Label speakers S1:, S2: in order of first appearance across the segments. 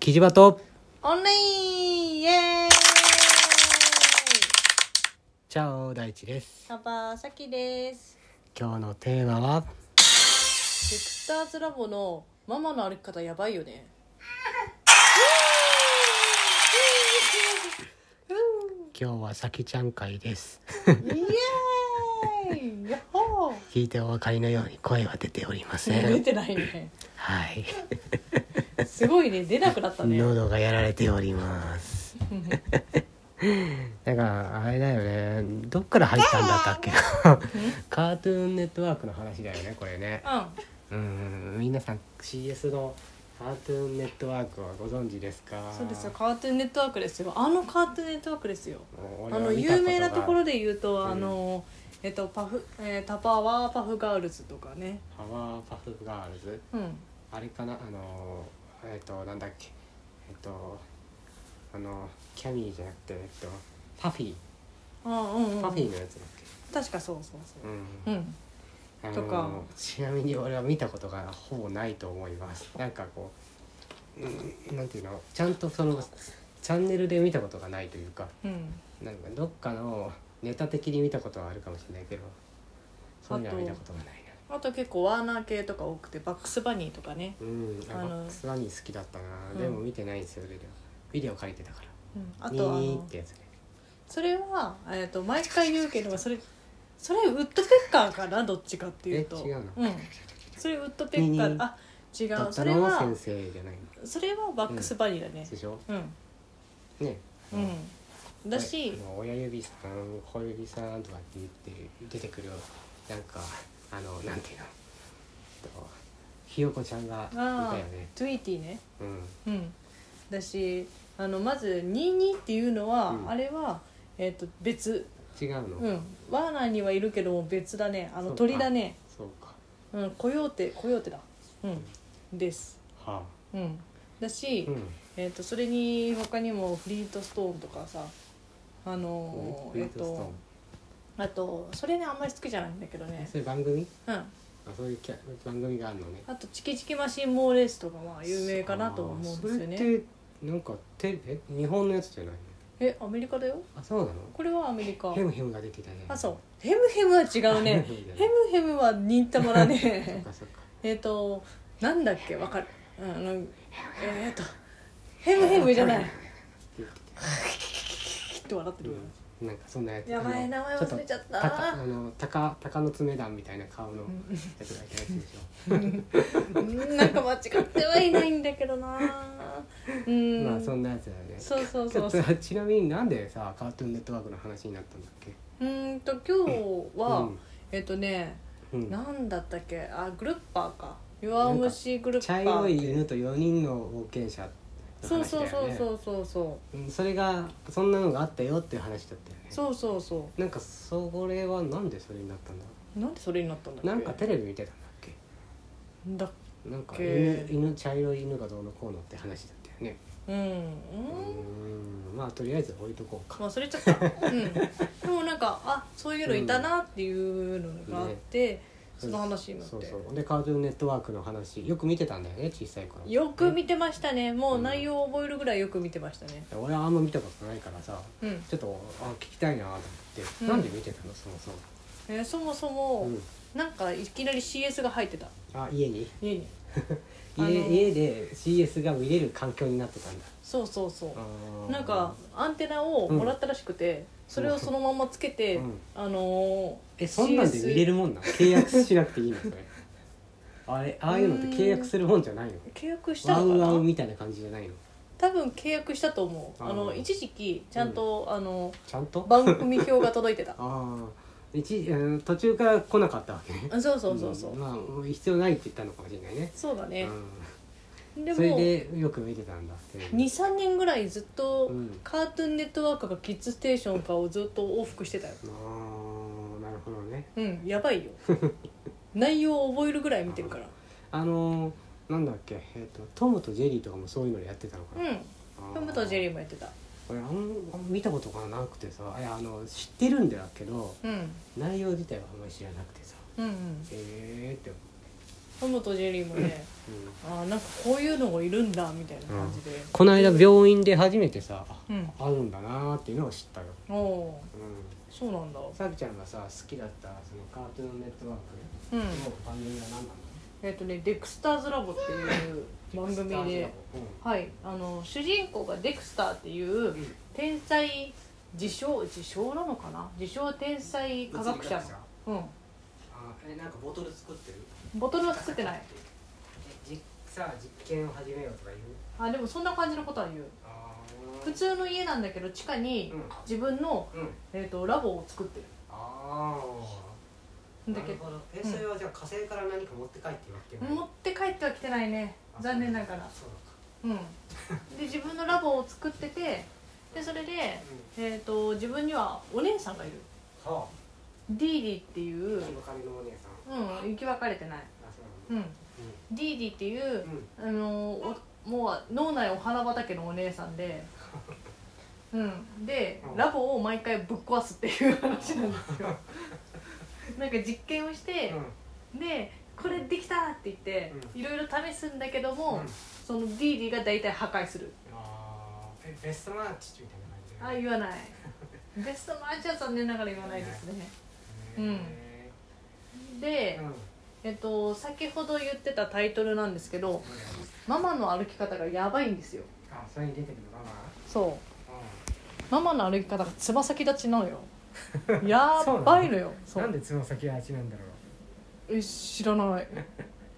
S1: キジバト
S2: オンラインイエーイ
S1: チャオ大地です
S2: カバーさきです
S1: 今日のテーマは
S2: セクターズラボのママの歩き方やばいよね
S1: 今日はさきちゃん会 です
S2: イエーイやっほ
S1: 聞いてお分かりのように声は出ておりませ
S2: ー出
S1: ん
S2: てないね
S1: はい
S2: すごいね出なくなったね
S1: 喉がやられております だからあれだよねどっから入ったんだったっ けカートゥーンネットワークの話だよねこれね
S2: う
S1: うん皆さん CS のカートゥーンネットワークはご存知ですか
S2: んそうですよカートゥーンネットワークですよあのカートゥーンネットワークですよ
S1: もう俺
S2: あ
S1: は
S2: の
S1: 見た
S2: 有
S1: が
S2: 名なところで言うと、
S1: ん
S2: あのえっとパフ、えー、タパワーパフガールズとかね
S1: パワーパフガールズ
S2: うん
S1: あれかなあのーえっ、となんだっけえっ、とあのキャミーじゃなくてえっ、とパフィー
S2: あうんうん
S1: パフィーのやつだっ
S2: 確かそうそう
S1: け、
S2: そうううんん
S1: あのー
S2: とか
S1: ちなみに俺は見たことがほぼないと思いますなんかこう、うん、なんていうのちゃんとそのチャンネルで見たことがないというか
S2: うん
S1: なんかどっかのネタ的に見たことはあるかもしれないけどそういうのは見たことがないな
S2: あと結構ワーナー系とか多くてバックスバニーとかね、
S1: うんあ
S2: あの
S1: バックスワニー好きだったな、
S2: うん
S1: でも見てないんですよビデオビデオ借りてたから
S2: あ
S1: ニー
S2: とあ
S1: ニー
S2: の
S1: ってやつね
S2: それは、えー、と毎回言うけどそれそれウッドペッカーかなどっちかっていうと
S1: え違うの
S2: ん、それウッドペッカ
S1: ニーニ
S2: ー
S1: ー
S2: あ違
S1: だ
S2: う
S1: った
S2: それ
S1: のは
S2: は
S1: 先生じゃないの
S2: それはバックスバニーだね
S1: でしょ
S2: うん
S1: ね
S2: うん、だ
S1: これ
S2: し
S1: あの親指さん小指さんとかって言って出てくるなんかあのなんていうのえっとひよこちゃんがいた
S2: ああ
S1: よね
S2: トゥイティね
S1: うん
S2: うんだしあのまず22っていうのは、
S1: うん
S2: あれは、えー、と別
S1: 違うの、
S2: うんワーナーにはいるけども別だねあ
S1: そう
S2: の
S1: か
S2: 鳥だね
S1: そうか
S2: うん、コヨーテコヨーテだ、うん、です、
S1: はあ
S2: うん、だし、
S1: うん
S2: えー、とそれに他にもフリートストーンとかさあの
S1: フリ
S2: ー、え
S1: ー
S2: っ
S1: トスト
S2: とあとそれねあんまり好きじゃないんだけど
S1: ーン
S2: ね、
S1: そういう番組
S2: うん、
S1: あそういうキャ番組があるのね
S2: あと「チキチキマシンモーレース」とかは有名かなと思うんですよ
S1: あーそれ
S2: ね
S1: ってなんかテえ日本のやつじゃないの
S2: えアメリカだよ
S1: あそうな
S2: これはアメリカ
S1: のヘムヘムが出てたね
S2: あそうヘムヘムは違う ねヘムヘムは忍たま
S1: そ
S2: だ
S1: っ
S2: ね
S1: かそっか
S2: えっとなんだっけわかるあのえっ、とヘムヘムじゃないきっと笑ってる、
S1: うんなんかそんなやつ
S2: やば
S1: あの
S2: い名前忘れちゃった
S1: ょとたたあの鷹鷹の爪団みたいな顔のやつがいたやつでしょ、
S2: うんなんか間違ってはいないんだけどなうん、
S1: まあそんなやつだよね
S2: そうそう
S1: ち
S2: そ
S1: ょ
S2: う
S1: っとちなみになんでさカートゥーンネットワークの話になったんだっけ
S2: うーんと今日は、
S1: うん
S2: えっとね
S1: うん
S2: なんだったっけあグルッパーか弱虫グルッパ
S1: 茶
S2: ー
S1: 色い犬と4人の冒険者の
S2: そう
S1: 話だ
S2: そ
S1: よ
S2: う
S1: ね
S2: そうそうそうそ
S1: うんそれがそんなのがあったよっていう話だったよね
S2: うそうそうそ
S1: なんかそれはなんでそれになったんだろ
S2: うなんでそれになったんだっ
S1: う
S2: け
S1: なんかテレビ見てたんだっけ
S2: だ
S1: なんか
S2: へ
S1: 犬
S2: ー
S1: 犬茶色い犬がどうのこうのって話だったよね
S2: うんう
S1: うんんまあとりあえず置いとこうか
S2: 忘れちゃった、うん、でもなんかあそういうのいたなっていうのがあって、その話になって
S1: そうそうでカートゥーンネットワークの話よく見てたんだよね小さい頃
S2: よく見てましたねもう内容を覚えるぐらいよく見てましたね
S1: 俺はあんま見たことないからさ
S2: うん、
S1: ちょっとあ聞きたいなと思って、
S2: うん
S1: なんで見てたのそもそも、
S2: えーそもそも、
S1: うん
S2: なんかいきなり CS が入ってた
S1: あ家に
S2: 家にあの
S1: 家家で CS が見れる環境になってたんだ
S2: そうそうそ
S1: あ
S2: う
S1: ー
S2: なんかアンテナをもらったらしくて、それをそのままつけて、
S1: うん
S2: あのー、
S1: えそんなんで見れる
S2: CS
S1: もんなの契約しなくていいの それあれああいうのって契約するもんじゃないの
S2: 契約した
S1: ワ
S2: の
S1: ウワ
S2: か
S1: ウ
S2: な
S1: みたいな感じじゃないの
S2: 多分契約したと思う
S1: あー
S2: あの一時期ちゃんと、あの
S1: ちゃんと
S2: 番組表が届いてた
S1: ああ一時うん途中から来なかったわけね
S2: あそうそうそうそう、
S1: んまあもう必要ないって言ったのかもしれないね
S2: そうだね、
S1: う
S2: で
S1: ん、それ
S2: も
S1: でよく見てたんだテレビ
S2: 23年ぐらいずっと
S1: うん
S2: カートゥーンネットワークかキッズステーションかをずっと往復してたよ
S1: ああなるほどね
S2: うんやば いよ内容を覚えるぐらい見てるから
S1: あのーなんだっけ、えー、とトムとジェリーとかもそういうのやってたのか
S2: う
S1: な、
S2: んトムとジェリ
S1: ー
S2: ーもやってた
S1: 俺あん見たことがなくてさいやあの知ってるんだけど
S2: うん
S1: 内容自体はあんまり知らなくてさ
S2: うんうん
S1: えーって思
S2: トムとジェリーもね、あーなんかこういうのがいるんだみたいな感じで、
S1: この間病院で初めてさ、
S2: うん
S1: あるんだなーっていうのを知ったよ、
S2: おお
S1: う
S2: ーそうなんだ
S1: ん、さきちゃんがさ好きだったそのカートゥーンネットワーク
S2: うん
S1: の番組は何なの、
S2: えっ、とね「デクスターズラボ」っていう番組で、
S1: う
S2: はい、あの主人公がデクスターっていう天才自称自称なのかな自称天才
S1: ん、
S2: 科学者の、
S1: あえなんかボトル作ってる
S2: うん、ボトルは作ってない
S1: えじさあ実験を始めようとか言う
S2: あでもそんな感じのことは言う
S1: あ
S2: 普通の家なんだけど地下に
S1: うん
S2: 自分の、
S1: うん
S2: えー、とラボを作って
S1: あ
S2: る
S1: ー
S2: んだけど
S1: なるほどえそれはじゃあ火星から何か持って帰ってわけない
S2: 持って帰ってはきてないね
S1: あ
S2: 残念ながら
S1: そうな
S2: うんで自分のラボを作っててでそれで、えー、と自分にはお姉さんがいる
S1: のかは
S2: ディーディっていう
S1: あ金の金のお姉さん
S2: うん生き別れてない
S1: あそう
S2: う
S1: なんだ
S2: んディーディっていう
S1: う、んうん
S2: あのーおもう脳内お花畑のお姉さ んでうんで
S1: うん
S2: ラボを毎回ぶっ壊すっていう話なんで すよなんか実験をして、でこれできたって言って、いろいろ試すんだけども、
S1: うん
S2: そのディーディが大体破壊する
S1: あーえベストマッチみたいな感じ
S2: ああ言わ ないベストマッチは残念ながら言わないですねうん
S1: へ
S2: で
S1: ー、うん
S2: えっと、先ほど言ってたタイトルなんですけどママの歩き方がやばいんですよ
S1: あそれに出てくるママ
S2: そう
S1: う
S2: ママの歩き方がつま先立ちな のよやっばいのよ
S1: ん
S2: そう
S1: なんでつま先があっちなんだろう
S2: え知らない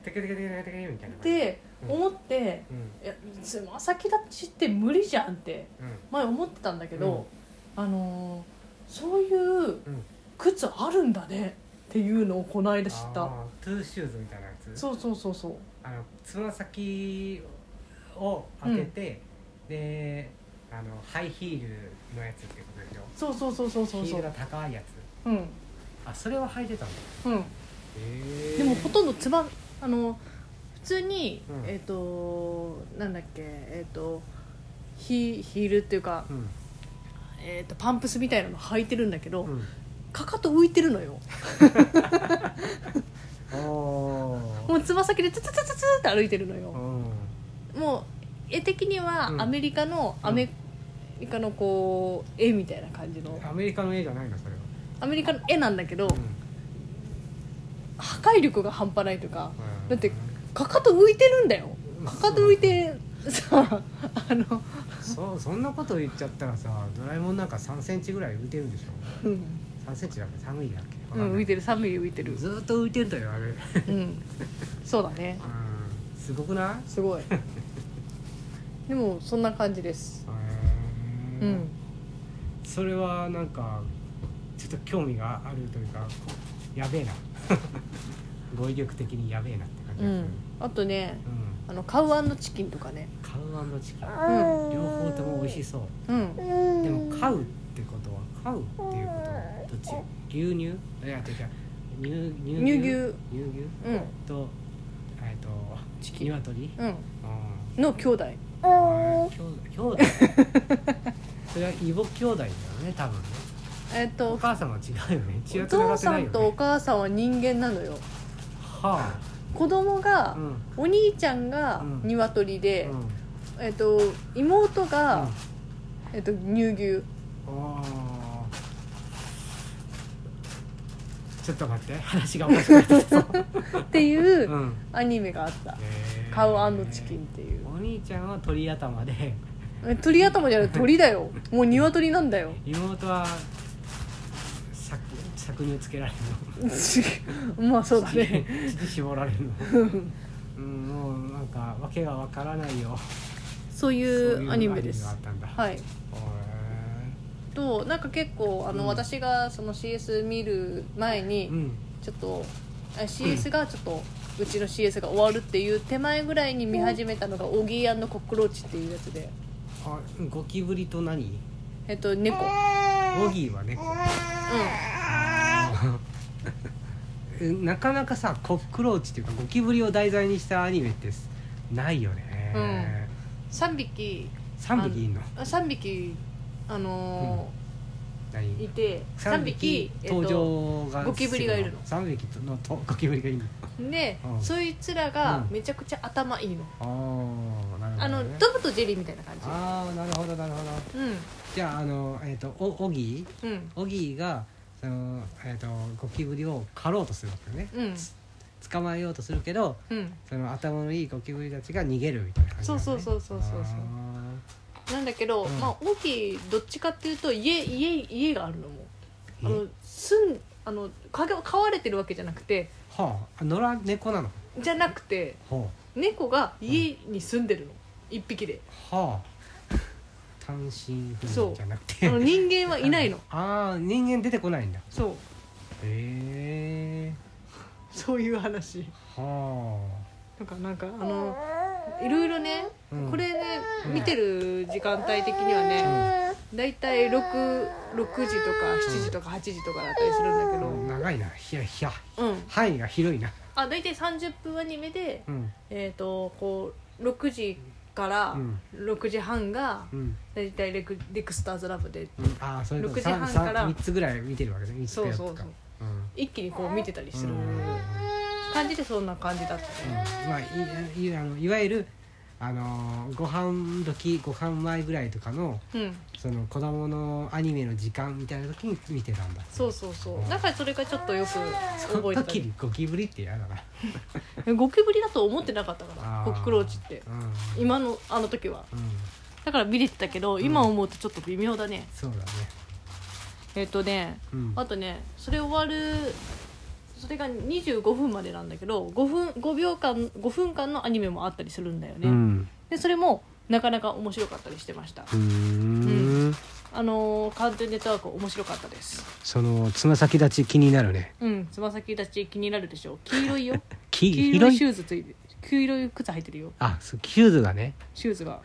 S1: テケテケテケテケテケみたいな感じ
S2: で
S1: うん
S2: 思って
S1: うん
S2: いやつま先立ちって無理じゃんって
S1: うん
S2: 前思ってたんだけど、あのーそういう
S1: うん
S2: 靴あるんだねっていうのをこの間知っ
S1: あ
S2: た
S1: ートゥーシューズみたいなやつ
S2: そうそうそうそう
S1: あのつま先を開けて、であのハイヒールのやつってことでしょ
S2: そうそうそうそうそう
S1: ヒー
S2: そ
S1: ルが
S2: う
S1: 高いやつ
S2: うん
S1: あそれは履いてたんだ
S2: うん
S1: へ
S2: でもほとんどつばあの普通に、
S1: うん
S2: えっ、となんだっけえっ、とヒヒールっていうか、
S1: うん
S2: えー、とパンプスみたいなの履いてるんだけど、
S1: うん
S2: かかと浮いてるのよ
S1: お
S2: もうつま先でツツツツツって歩いてるの
S1: ー
S2: よ
S1: うん
S2: もう絵的には
S1: うん
S2: アメリカの、
S1: うん
S2: アメリカのこう絵みたいな感じの
S1: アメリカの絵じゃないのそれは
S2: アメリカの絵なんだけど、
S1: うん
S2: 破壊力が半端ないというか
S1: うん
S2: だってかかと浮いてるんだよ
S1: うん
S2: かかと浮いてさあの、
S1: そうそんなこと言っちゃったらさドラえもんなんか3センチぐらい浮いてるでしょ
S2: うん
S1: 3センチだっけ寒いだっけ
S2: うん、浮いて
S1: る
S2: る寒い浮いてる
S1: ずーっと浮いてんだよあれ
S2: うんそうだね
S1: うんすごくない
S2: すごいでもそんな感じです
S1: へ
S2: う
S1: ー
S2: ん
S1: それはなんかちょっと興味があるというかこうやべえな 語彙力的にやべえなって感じ
S2: う
S1: がする、
S2: んあとね
S1: うん
S2: あのカウチキンとかね
S1: カウチキン
S2: うん
S1: 両方とも美味しそう
S2: うん
S1: でもカウってことはカウっていうことはどっち牛乳いやてか乳乳
S2: 乳
S1: 乳牛
S2: 牛うん
S1: とえっと
S2: チキン
S1: 鶏
S2: うん
S1: うん
S2: の兄弟
S1: 兄弟兄 弟それは異母兄弟だよね多分ね
S2: えっ
S1: お
S2: と
S1: 母さんは違うよね血
S2: お
S1: が繋がってな
S2: 父さ
S1: いよ
S2: ん
S1: ね
S2: とお母さんは人間なのよ
S1: は
S2: 子供
S1: あ
S2: が
S1: うん
S2: お兄ちゃんが
S1: うん
S2: 鶏
S1: う
S2: で
S1: ん
S2: えっと妹
S1: うん
S2: がえっと乳牛
S1: あーちょっと待って話が面 白いです、、
S2: っていううんアニメがあった
S1: へー
S2: カウチキンっていう
S1: お兄ちゃんは鳥頭で
S2: え鳥頭じゃない鳥だよもう鶏なんだよ
S1: 妹は搾搾乳つけられる
S2: まあそう
S1: の
S2: だね
S1: 乳絞られ るのうんもうなんかわけがわからないよ
S2: そうい
S1: そう
S2: アニメです
S1: アニメがあったんだ
S2: はい
S1: へ
S2: となんか結構あの、
S1: うん
S2: 私がその CS 見る前に、
S1: ーうん
S2: ちょっとあ CS がちょっと、うちの CS が終わるっていう手前ぐらいに見始めたのが「オギーコックローチ」っていうやつで、
S1: あゴキブリと何
S2: えっと、猫、
S1: ボギーは猫あーなかなかさコックローチっていうかゴキブリを題材にしたアニメってないよね、
S2: 3匹
S1: 三3匹いんの
S2: 3匹あのーい
S1: 何
S2: て3匹えっ
S1: 登
S2: と
S1: 場が
S2: ゴキブリがいるの
S1: 3匹とのとゴキブリがいるの
S2: で
S1: うん
S2: そいつらが
S1: うん
S2: めちゃくちゃ頭いいの
S1: ああなるほど、ね、
S2: あのドムとジェリーみたいな感
S1: ああなるほどなるほど
S2: じうん
S1: じゃああのえっ、とおオギー
S2: うん
S1: オギーがそのえっ、とゴキブリを狩ろうとするわけよね
S2: うん
S1: 捕まえようとするけど
S2: うん
S1: その頭のいいゴキブリたちが逃げるみたいな感じなのね、
S2: そうそうそうそうそうそうなんだけど、
S1: うん
S2: まあ大きいどっちかっていうと家家家があるのも
S1: あ
S2: あ
S1: ー
S2: の住んあのかが飼われてるわけじゃなくて
S1: はああ野良猫なの
S2: じゃなくて
S1: ほ
S2: 猫が家に住んでるの一匹で
S1: うはあ単身赴
S2: そ
S1: 任
S2: う
S1: じゃなく
S2: あ
S1: て
S2: の人間はいないの
S1: ああ人間出てこないんだ
S2: そう
S1: へえ
S2: そういう話
S1: は
S2: なんかなんかあのいろいろね、
S1: あ、うん
S2: これね
S1: うん
S2: 見てる時間帯的にはねだいたい 6, 6時とか7時とか8時とかだったりするんだけ
S1: うん
S2: ど
S1: 長いなひやひや
S2: うん
S1: 範囲が広いな
S2: あだいたい30分アニメで
S1: うん
S2: えっ、とこう6時から
S1: うん
S2: 6時半が
S1: うん
S2: だいたいレクディクスターズラブで
S1: うんああそういうこと
S2: 6時半
S1: さんさん
S2: から
S1: 三つぐらい見てるわけね三つ
S2: そうそう
S1: やつか
S2: そう
S1: うん
S2: 一気にこう見てたりす
S1: う
S2: る
S1: んうんうんうん
S2: 感じでそんな感じだったね
S1: まあいいあのいわゆるあのーご飯時ご飯前ぐらいとかの
S2: うん
S1: その子供のアニメの時間みたいな時に見てたんだ
S2: そうそうそうだからそれがちょっとよく
S1: その
S2: 覚えてた
S1: 時にゴキブリって嫌だな
S2: えゴキブリだと思ってなかったから
S1: あ
S2: コ
S1: ー
S2: ックローチって
S1: うん、
S2: 今のあの時は
S1: うん、
S2: だから見れてたけど、
S1: ん
S2: 今思うとちょっと微妙だね
S1: そうだね
S2: えっ、とね
S1: うん
S2: あとねそれ終わるそれが25分までなんだけど5分5秒間5分間のアニメもあったりするんだよね、
S1: うん
S2: でそれもなかなか面白かったりしてました
S1: うーん
S2: あのー、カートゥーンネットワーク面白かったです
S1: そのつま先立ち気になるね
S2: うんつま先立ち気になるでしょ黄色いよ
S1: き
S2: 黄色
S1: 広
S2: いシ
S1: い
S2: ューズついて黄色い靴履いてるよ
S1: あそうキューズがね
S2: シューズが